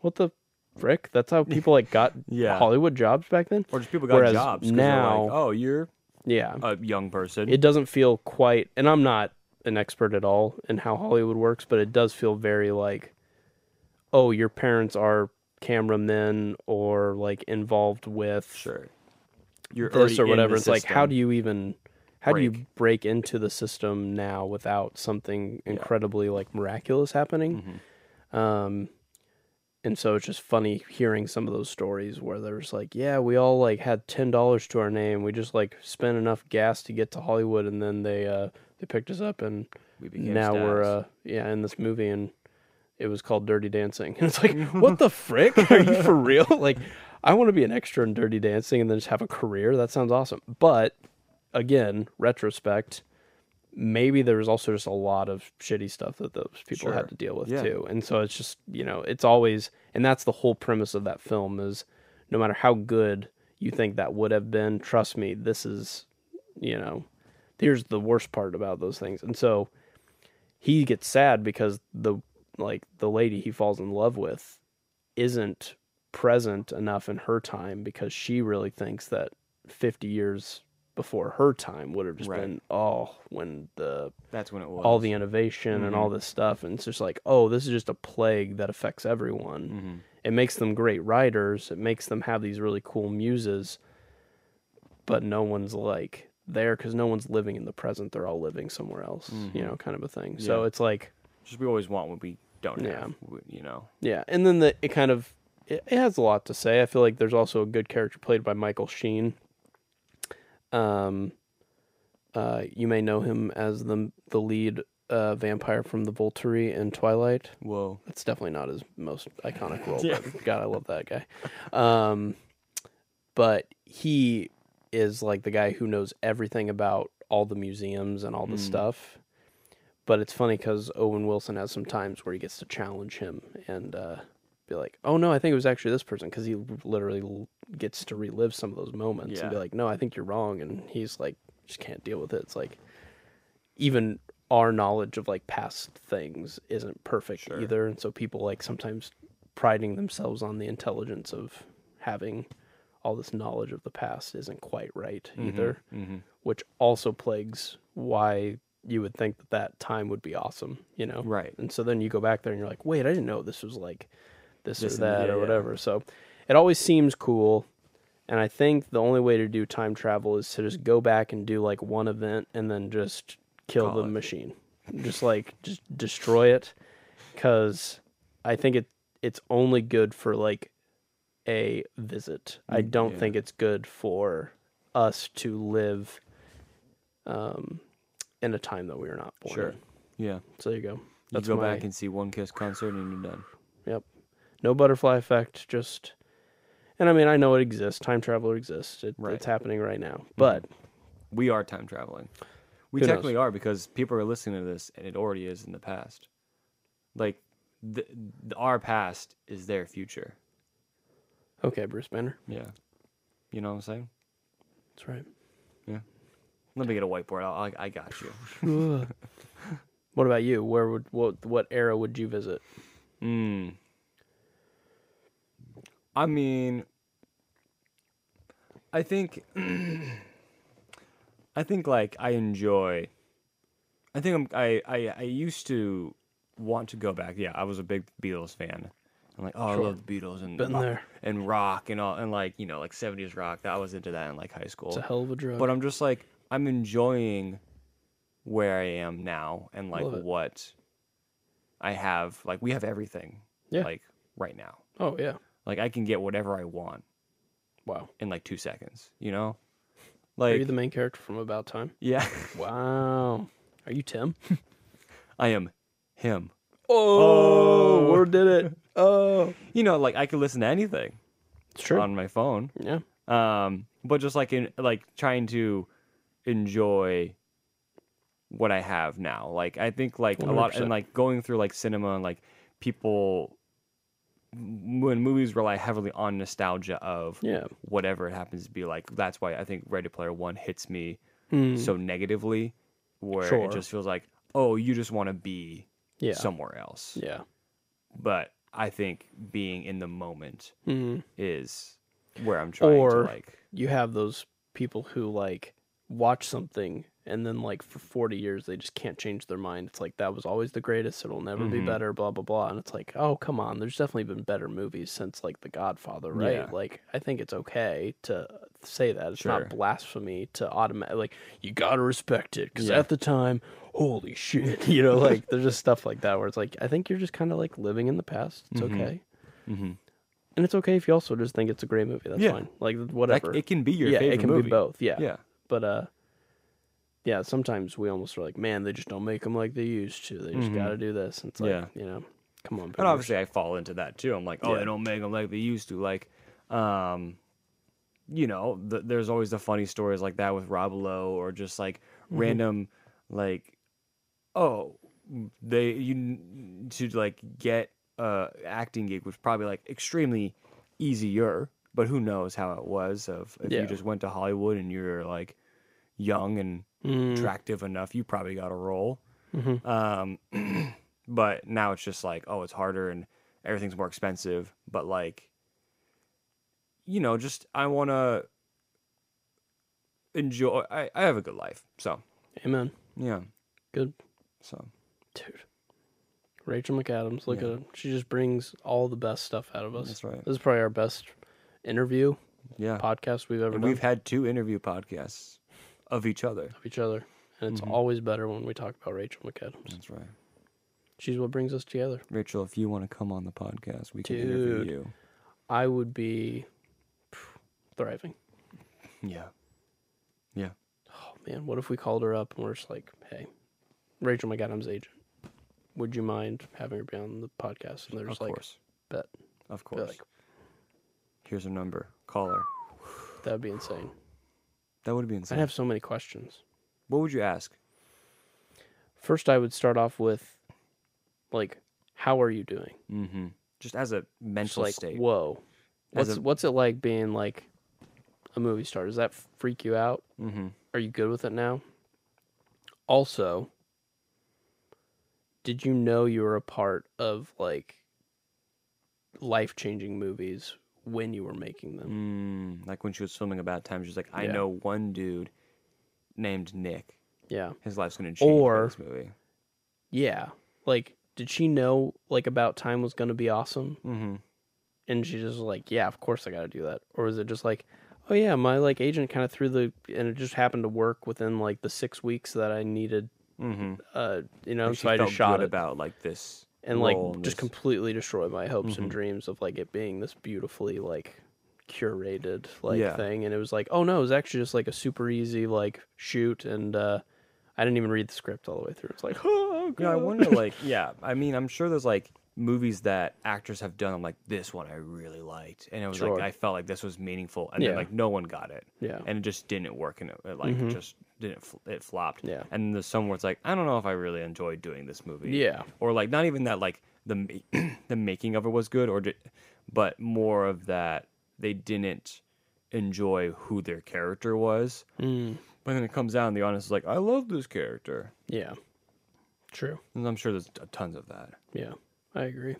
S1: what the frick that's how people like got
S2: [laughs] Yeah.
S1: hollywood jobs back then
S2: or just people got
S1: Whereas
S2: jobs 'cause
S1: now
S2: they're like, oh, you're
S1: yeah
S2: a young person.
S1: it doesn't feel quite and i'm not an expert at all in how hollywood works but it does feel very like oh your parents are cameramen or like involved with
S2: sure. You're
S1: this
S2: already
S1: or
S2: in
S1: whatever.
S2: the
S1: It's like, how
S2: system.
S1: do you even, how do you
S2: Break.
S1: break into the system now without something incredibly like miraculous happening?
S2: Mm-hmm.
S1: Um, and so it's just funny hearing some of those stories where there's like, yeah, we all like had ten dollars to our name. We just like spent enough gas to get to Hollywood, and then they uh they picked us up, and
S2: We became
S1: now we're uh
S2: stars.
S1: yeah in this movie, and it was called Dirty Dancing, [laughs] and it's like,
S2: [laughs]
S1: what the frick? [laughs] Are you for real? Like, I want to be an extra in Dirty Dancing and then just have a career. That sounds awesome. But again, retrospect, maybe there was also just a lot of shitty stuff that those people
S2: Sure.
S1: had to deal with
S2: Yeah.
S1: too. And so it's just, you know, it's always and that's the whole premise of that film is no matter how good you think that would have been, trust me, this is, you know, here's the worst part about those things. And so he gets sad because the like the lady he falls in love with isn't present enough in her time because she really thinks that 50 years before her time would have just
S2: Right.
S1: been oh when the
S2: That's when it
S1: uh,
S2: was. Mm-hmm.
S1: all the innovation and all this stuff and it's just like oh this is just a plague that affects everyone
S2: Mm. Mm-hmm.
S1: it makes them great writers it makes them have these really cool muses but no one's like there because no one's living in the present they're all living somewhere else you know kind of a thing so
S2: Mm-hmm. Yeah.
S1: it's like
S2: just we always want what we don't
S1: Yeah.
S2: have. w- You know.
S1: yeah, and then the it kind of it, it has a lot to say. I feel like there's also a good character played by Michael Sheen. Um, uh, you may know him as the the lead uh, vampire from The Volturi in Twilight.
S2: Whoa.
S1: That's definitely not his most iconic role, but God, I love that guy. Um, but he is like the guy who knows everything about all the museums and all the stuff. But it's funny because Owen Wilson has some times where he gets to challenge him and uh, be like, "Oh no, I think it was actually this person," because he literally l- gets to relive some of those moments
S2: Yeah.
S1: and be like, "No, I think you're wrong," and he's like, "Just can't deal with it." It's like even our knowledge of like past things isn't perfect either and so people like sometimes priding themselves on the intelligence of having all this knowledge of the past isn't quite right
S2: Mm-hmm.
S1: either which also plagues why you would think that that time would be awesome you know
S2: Right.
S1: and so then you go back there and you're like wait i didn't know this was like this,
S2: This
S1: or
S2: and that,
S1: that
S2: yeah,
S1: or
S2: yeah.
S1: whatever so it always seems cool and I think the only way to do time travel is to just go back and do like one event and then just kill
S2: Call
S1: the
S2: it.
S1: machine. Just like just destroy it cuz I think it it's only good for like a visit. I don't
S2: Mm, yeah.
S1: think it's good for us to live um in a time that we were not born.
S2: Sure.
S1: in.
S2: Yeah.
S1: So there you go.
S2: You
S1: That's
S2: go
S1: my-
S2: back and see one Kiss concert and you're done.
S1: Yep. No butterfly effect, just and I mean I know it exists. Time travel exists. It,
S2: Right. Mm-hmm.
S1: It's happening right now. But
S2: We are time traveling. We
S1: Who knows?
S2: technically are because people are listening to this and it already is in the past. Like the, the, our past is their future.
S1: okay, Bruce Banner.
S2: Yeah. You know what I'm saying?
S1: That's right.
S2: Let me get a whiteboard. I'll, I, I got you.
S1: Ugh. what about you? Where would what what era would you visit?
S2: Mm. I mean, I think [clears throat] I think like I enjoy. I think I'm, I I I used to want to go back. Yeah, I was a big Beatles fan. I'm like, oh, I love the Beatles and
S1: Been
S2: rock,
S1: there.
S2: and rock and all and like you know like '70s rock. That I was into that in like high school.
S1: It's a hell of a drug.
S2: but I'm just like I'm enjoying where I am now and like
S1: Love it.
S2: what I have. Like we have everything.
S1: Yeah.
S2: Like right now.
S1: oh yeah.
S2: Like I can get whatever I want
S1: Wow.
S2: in like two seconds. You know.
S1: Are
S2: Like
S1: you the main character from About Time?
S2: [laughs] yeah,
S1: Wow. Are you Tim?
S2: I am him.
S1: Oh, word did
S2: [laughs]
S1: it. Oh,
S2: You know, like I could listen to anything
S1: it's true.
S2: on my phone.
S1: yeah.
S2: Um, but just like in like trying to enjoy what I have now. Like I think like a lot
S1: 100%.
S2: and like going through like cinema and like people m- when movies rely heavily on nostalgia of
S1: Yeah.
S2: whatever it happens to be like that's why I think Ready Player One hits me
S1: Hmm.
S2: so negatively where
S1: Mm-hmm. Sure.
S2: it just feels like, oh, you just want to be
S1: Yeah.
S2: somewhere else.
S1: Yeah.
S2: But I think being in the moment
S1: Mm.
S2: is where I'm trying
S1: Or-
S2: to like
S1: You have those people who like watch something and then like for 40 years they just can't change their mind. It's like that was always the greatest. It'll never be
S2: Mhm.
S1: better. Blah blah blah. And it's like, oh come on. There's definitely been better movies since like The Godfather, right?
S2: Yeah.
S1: Like I think it's okay to say that. It's
S2: Sure.
S1: not blasphemy to automatic. Like you gotta respect it because
S2: Yeah.
S1: at the time. Holy shit. [laughs] You know, like there's just stuff like that where it's like, I think you're just kind of like living in the past. It's
S2: Mhm.
S1: okay.
S2: mm-hmm.
S1: And it's okay if you also just think it's a great movie. That's
S2: Yeah.
S1: fine. Like whatever.
S2: it can be your
S1: yeah,
S2: favorite
S1: it can
S2: movie.
S1: be both. Yeah.
S2: Yeah.
S1: But uh yeah, sometimes we almost are like, man, they just don't make them like they used to. They just
S2: Mhm.
S1: got to do this. And it's like,
S2: Yeah.
S1: you know, come on.
S2: And
S1: boomers.
S2: obviously I fall into that too. I'm like, oh,
S1: Yeah.
S2: they don't make them like they used to. Like, um, you know, th- there's always the funny stories like that with Rob Lowe or just like
S1: Mm-hmm.
S2: random, like, oh, they you n- to like get uh acting gig was probably like extremely easier, but who knows how it was of if
S1: Yeah.
S2: you just went to Hollywood and you're like young and
S1: Mm,
S2: attractive enough, you probably got a role.
S1: mhm.
S2: Um, [clears throat] but now it's just like, oh, it's harder and everything's more expensive. But like, you know, just I want to enjoy. I, I have a good life, so
S1: Amen.
S2: yeah,
S1: Good.
S2: so
S1: Dude. Rachel McAdams, look
S2: Yeah.
S1: at her. She just brings all the best stuff out of us.
S2: that's right.
S1: This is probably our best interview
S2: Yeah,
S1: podcast we've ever
S2: and
S1: done
S2: we've had two interview podcasts of each other.
S1: of each other. And
S2: Mm-hmm.
S1: it's always better when we talk about Rachel McAdams.
S2: That's right,
S1: She's what brings us together.
S2: Rachel. If you want to come on the podcast, we can
S1: Dude.
S2: interview you.
S1: I would be phew, thriving.
S2: Yeah,
S1: Oh man, what if we called her up and we're just like, "Hey, Rachel McAdams' agent, would you mind having her be on the podcast?" And they're
S2: of
S1: just like,
S2: course,
S1: "Bet."
S2: of
S1: They're
S2: course. Here's a number. Call her.
S1: like, "That'd be insane."
S2: That would be
S1: I'd
S2: insane.
S1: have so many questions.
S2: What would you ask?
S1: First, I would start off with, like, "How are you doing?"
S2: Mm-hmm. Just as a
S1: Just
S2: mental
S1: like,
S2: state.
S1: "Whoa,
S2: As
S1: what's
S2: a-
S1: what's it like being like a movie star? Does that freak you out?
S2: Mm-hmm.
S1: Are you good with it now?" Also, did you know you were a part of like life changing movies when you were making them?
S2: Mm, like when she was filming about time, she was like, "I
S1: Yeah.
S2: know one dude named Nick.
S1: Yeah.
S2: His life's gonna change
S1: Or-
S2: or, this movie."
S1: Yeah. Like, did she know like about time was gonna be awesome?
S2: Mm-hmm.
S1: And she just was like, Yeah, of course I gotta do that. Or was it just like, Oh yeah, my like agent kinda threw the and it just happened to work within like the six weeks that I needed
S2: Mm-hmm.
S1: uh you know,
S2: she
S1: so I
S2: felt
S1: just shot
S2: good
S1: it
S2: about like this
S1: and
S2: role
S1: like
S2: and
S1: just
S2: this-
S1: completely destroyed my hopes and
S2: Mhm.
S1: dreams of like it being this beautifully like curated like
S2: Yeah.
S1: thing and it was like oh no it was actually just like a super easy like shoot and uh i didn't even read the script all the way through it's like [laughs] oh god
S2: Yeah, I wonder. Like, [laughs] yeah, I mean, I'm sure there's like movies that actors have done. I'm like, this one I really liked, and it was
S1: Sure.
S2: like I felt like this was meaningful, and
S1: Yeah.
S2: then like no one got it,
S1: yeah
S2: and it just didn't work, and it, it, like
S1: Mhm.
S2: just didn't fl- it flopped.
S1: Yeah.
S2: And then there's some where it's like I don't know if I really enjoyed doing this movie.
S1: yeah
S2: or like not even that like the ma- [clears throat] the making of it was good or di- but more of that they didn't enjoy who their character was
S1: Mm,
S2: but then it comes out and the audience is like i love this character
S1: yeah true
S2: and i'm sure there's t- tons of that
S1: yeah i agree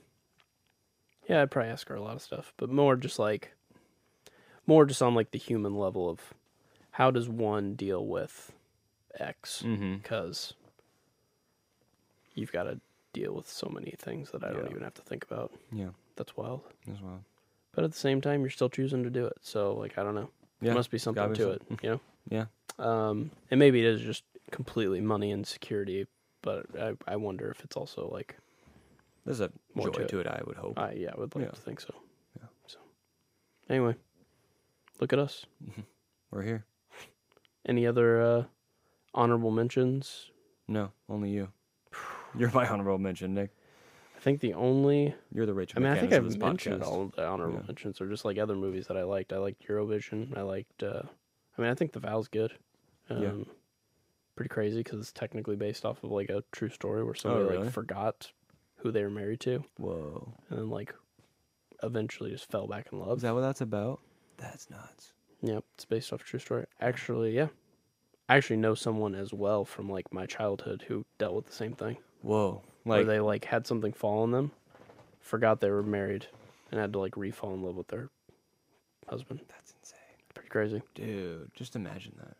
S1: yeah i'd probably ask her a lot of stuff but more just like more just on like the human level of how does one deal with X
S2: Mm-hmm.
S1: because you've got to deal with so many things that I don't
S2: Yeah.
S1: even have to think about.
S2: Yeah,
S1: That's wild.
S2: as well.
S1: But at the same time, you're still choosing to do it. So, like, I don't know.
S2: Yeah,
S1: there must be something
S2: gotta be
S1: to it, you know?
S2: Yeah.
S1: Um, and maybe it is just completely money and security, but I, I wonder if it's also like,
S2: There's a
S1: More
S2: joy
S1: to
S2: to
S1: it. Uh,
S2: it. I would hope.
S1: I, yeah, I would like
S2: Yeah.
S1: to think so.
S2: Yeah.
S1: So, anyway, look at us.
S2: We're here.
S1: Any other uh, honorable mentions?
S2: No,
S1: [sighs]
S2: only you. You're my honorable mention, Nick.
S1: I think the only
S2: You're the
S1: I
S2: Rachel.
S1: mean, I think
S2: McAdams of
S1: I've
S2: this
S1: mentioned
S2: podcast.
S1: all of the honorable
S2: Yeah.
S1: mentions, or just like other movies that I liked. I liked Eurovision. I liked. Uh, I mean, I think The Vow's good. Um,
S2: Yeah.
S1: Pretty crazy because it's technically based off of like a true story where somebody
S2: Oh, really?
S1: like forgot who they were married to,
S2: Whoa.
S1: and then like eventually just fell back in
S2: Is
S1: love.
S2: that what that's about? That's nuts.
S1: Yep, it's based off a true story. Actually, yeah, I actually know someone as well from like my childhood who dealt with the same thing.
S2: Whoa.
S1: Like, where
S2: Like
S1: they like had something fall on them, forgot they were married, and had to like re-fall in love with their husband.
S2: that's insane,
S1: pretty crazy.
S2: dude. Just imagine that.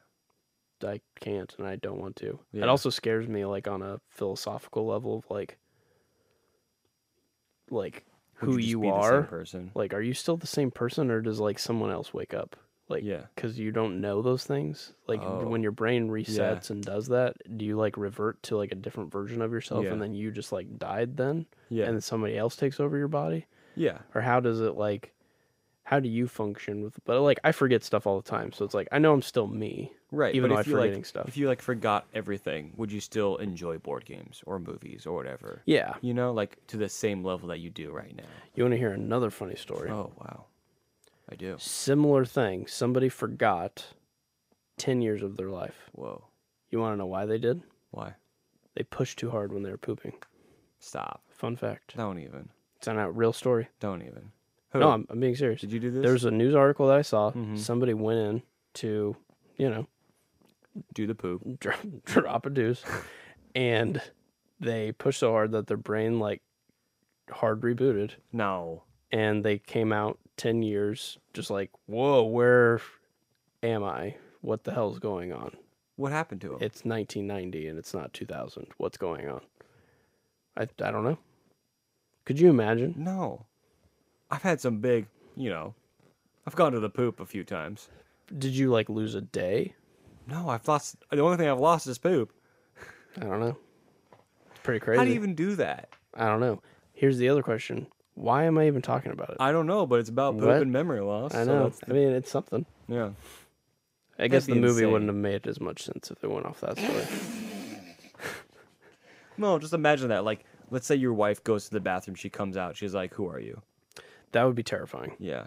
S1: I can't and I don't want to.
S2: Yeah.
S1: It also scares me like on a philosophical level of like like
S2: Would
S1: who
S2: just
S1: you,
S2: be the same
S1: are.
S2: person.
S1: Like are you still the same person or does like someone else wake up? Like
S2: Yeah.
S1: cuz you don't know those things. Like
S2: Oh.
S1: when your brain resets and does that, do you like revert to like a different version of yourself
S2: Yeah.
S1: and then you just like died then
S2: Yeah.
S1: and then somebody else takes over your body?
S2: yeah.
S1: or how does it like how do you function with but like i forget stuff all the time so it's like i know i'm still me
S2: Right.
S1: even
S2: but
S1: though
S2: if
S1: i'm
S2: you, like-
S1: forgetting stuff
S2: If you like forgot everything, would you still enjoy board games or movies or whatever?
S1: yeah
S2: You know, like to the same level that you do right now.
S1: you want to hear another funny story
S2: Oh wow. I do.
S1: similar thing somebody forgot 10 years of their life
S2: Whoa.
S1: you want to know why they did
S2: Why?
S1: they pushed too hard when they were pooping
S2: Stop.
S1: fun fact
S2: Don't even.
S1: it's not a real story
S2: Don't even.
S1: no
S2: Who?
S1: I'm, I'm being serious
S2: Did you do this?
S1: there was a news article that i saw
S2: Mhm.
S1: somebody went in to you know [laughs]
S2: do the poop.
S1: drop, drop a deuce, and they pushed so hard that their brain like hard rebooted,
S2: No.
S1: and they came out ten years just like, whoa, where am I? What the hell's going on?
S2: What happened to him?
S1: It's 1990 and it's not 2000. What's going on? I I don't know. Could you imagine?
S2: no. I've had some big, you know, I've gone to the poop a few times.
S1: Did you like lose a day?
S2: No, I've lost. The only thing I've lost is poop.
S1: I don't know. It's pretty crazy.
S2: How do you even do that?
S1: I don't know. Here's the other question. Why am I even talking about it?
S2: I don't know, but it's about poop
S1: What?
S2: and memory loss.
S1: I
S2: so
S1: know.
S2: that's-
S1: I mean, it's something.
S2: yeah.
S1: I guess the
S2: be
S1: movie wouldn't
S2: insane.
S1: have made as much sense if they went off that story.
S2: No, just imagine that. Like, let's say your wife goes to the bathroom. She comes out. She's like, "Who are you?"
S1: that would be terrifying.
S2: Yeah.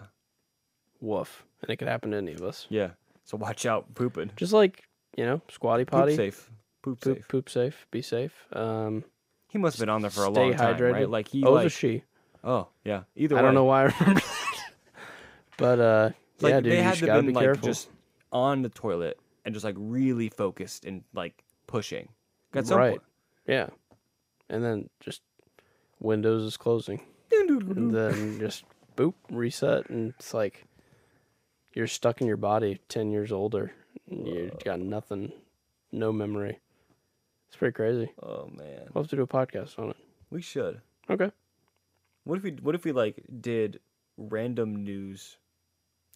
S1: Woof. And it could happen to any of us.
S2: Yeah. So watch out pooping.
S1: Just like, you know, squatty potty.
S2: Poop safe. Poop,
S1: Poop,
S2: safe.
S1: poop safe. Be safe. Um,
S2: He must have been on there for a
S1: stay
S2: long time,
S1: hydrated.
S2: right? Like he
S1: oh, it was
S2: like
S1: a she.
S2: oh yeah. Either
S1: I don't
S2: way.
S1: know why I [laughs] remember that. But, uh,
S2: Like
S1: yeah, dude,
S2: they
S1: you
S2: had
S1: just
S2: to
S1: gotta
S2: been
S1: be
S2: like
S1: careful.
S2: just on the toilet and just like really focused and like pushing. At some
S1: right.
S2: point-
S1: Yeah. And then just Windows is closing.
S2: Mm-hmm.
S1: and then just boop, reset. And it's like you're stuck in your body 10 years older. and You got nothing, no memory. It's pretty crazy.
S2: Oh man,
S1: We'll have to do a podcast on it.
S2: we should.
S1: Okay.
S2: What if we what if we like did random news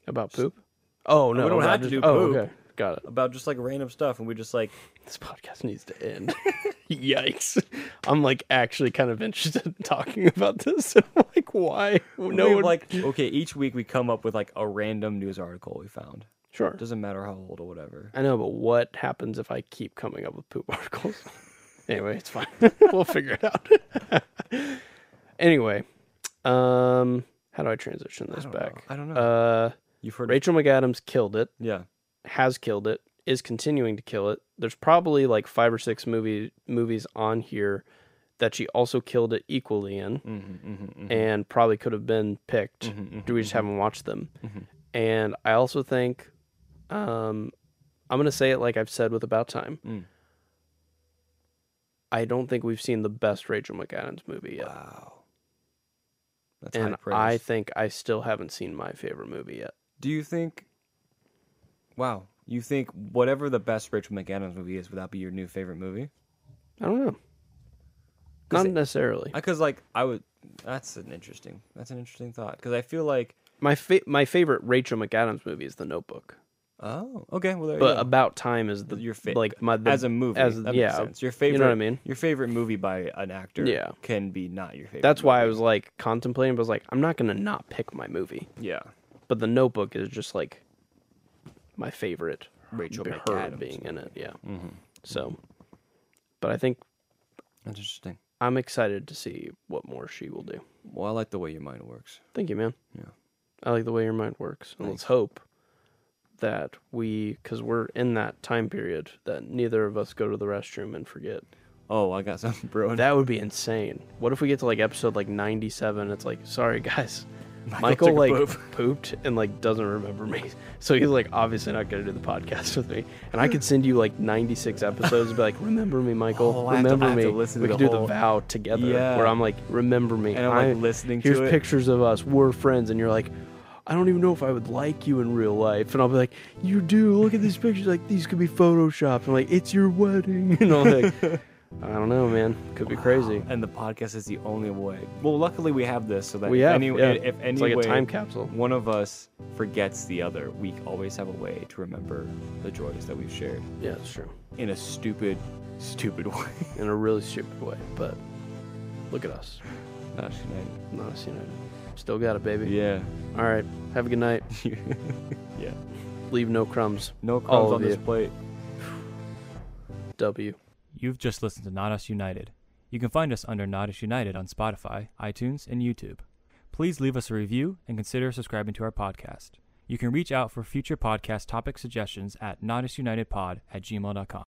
S1: About poop? Oh,
S2: we don't
S1: about
S2: have to do
S1: oh,
S2: poop.
S1: okay. Got it.
S2: about just like random stuff and we just like
S1: This podcast needs to end. [laughs] Yikes. I'm like actually kind of interested in talking about this. [laughs] I'm like, why? [laughs] No
S2: we,
S1: one.
S2: like
S1: [laughs]
S2: okay each week we come up with like a random news article we found.
S1: sure.
S2: Doesn't matter how old or whatever.
S1: I know, but what happens if I keep coming up with poop
S2: [laughs]
S1: articles? anyway, it's fine. [laughs] we'll figure it out. [laughs] anyway, um, how do I transition this
S2: I don't
S1: back?
S2: know. I don't know.
S1: Uh,
S2: You've heard
S1: Rachel McAdams killed it.
S2: yeah
S1: has killed it, is continuing to kill it. There's probably like five or six movie movies on here that she also killed it equally in,
S2: Mm-hmm,
S1: and probably could have been picked. Do we
S2: mm-hmm.
S1: just haven't watched them? And I also think, um, I'm gonna say it like I've said with About Time.
S2: Mm.
S1: I don't think we've seen the best Rachel McAdams movie yet,
S2: wow. That's high
S1: and
S2: praise.
S1: I think I still haven't seen my favorite movie yet.
S2: Do you think? Wow, You think whatever the best Rachel McAdams movie is would that be your new favorite movie?
S1: I don't know.
S2: 'Cause
S1: Not
S2: it-
S1: necessarily.
S2: Because like I would. That's an interesting. That's an interesting thought. Because I feel like.
S1: my fa- my favorite Rachel McAdams movie is The Notebook,
S2: Oh, okay. Well, there
S1: but
S2: you go.
S1: About Time is the
S2: your fa-
S1: like my the,
S2: as a movie
S1: as-
S2: that
S1: yeah,
S2: makes sense. Your
S1: you
S2: favorite,
S1: know what I mean?
S2: Your favorite movie by an actor,
S1: Yeah.
S2: can be not your favorite.
S1: That's why I was like contemplating, but I was like, I'm not gonna not pick my movie.
S2: movie. yeah,
S1: But The Notebook is just like my favorite.
S2: Rachel
S1: b- her
S2: McAdams
S1: being in it, yeah. So, but I think
S2: that's interesting.
S1: I'm excited to see what more she will do.
S2: Well, I like the way your mind works.
S1: Thank you, man.
S2: Yeah.
S1: I like the way your mind works. And let's hope that we, because we're in that time period, that neither of us go to the restroom and forget.
S2: Oh, I got something brewing.
S1: That would be insane. What if we get to like episode like 97? It's like, sorry guys,
S2: [laughs]
S1: Michael,
S2: Michael took a
S1: like
S2: poop." [laughs]
S1: pooped and like doesn't remember me. So he's like obviously not gonna do the podcast with me. And I could send you like 96 episodes and be like, remember me, Michael.
S2: Oh, I have to-
S1: remember
S2: I have
S1: me.
S2: to listen
S1: we
S2: to
S1: could
S2: the
S1: do the
S2: whole-
S1: vow together.
S2: Yeah.
S1: Where I'm like, remember me.
S2: And I'm, like, listening to
S1: here's
S2: it.
S1: pictures of us. We're friends, and you're like. I don't even know if I would like you in real life. And I'll be like, you do. Look at these pictures. Like, these could be photoshopped. I'm like, it's your wedding. [laughs] And I'm
S2: [laughs]
S1: like, I don't know, man. Could be crazy.
S2: and the podcast is the only way. Well, luckily we have this, so that
S1: We
S2: if
S1: have,
S2: any,
S1: yeah.
S2: if any
S1: It's like a
S2: way,
S1: time capsule.
S2: one of us forgets the other, we always have a way to remember the joys that we've shared
S1: Yeah, it's true.
S2: in a stupid, stupid [laughs] way.
S1: In a really stupid way, but look at us.
S2: Not tonight.
S1: Not us United. Still got it, baby.
S2: Yeah,
S1: All right. Have a good night.
S2: yeah.
S1: Leave no crumbs.
S2: No crumbs
S1: All
S2: on
S1: of
S2: this
S1: you.
S2: plate.
S1: W.
S3: You've just listened to Not Us United. You can find us under Not Us United on Spotify, iTunes, and YouTube. Please leave us a review and consider subscribing to our podcast. You can reach out for future podcast topic suggestions at notusunitedpod at gmail.com.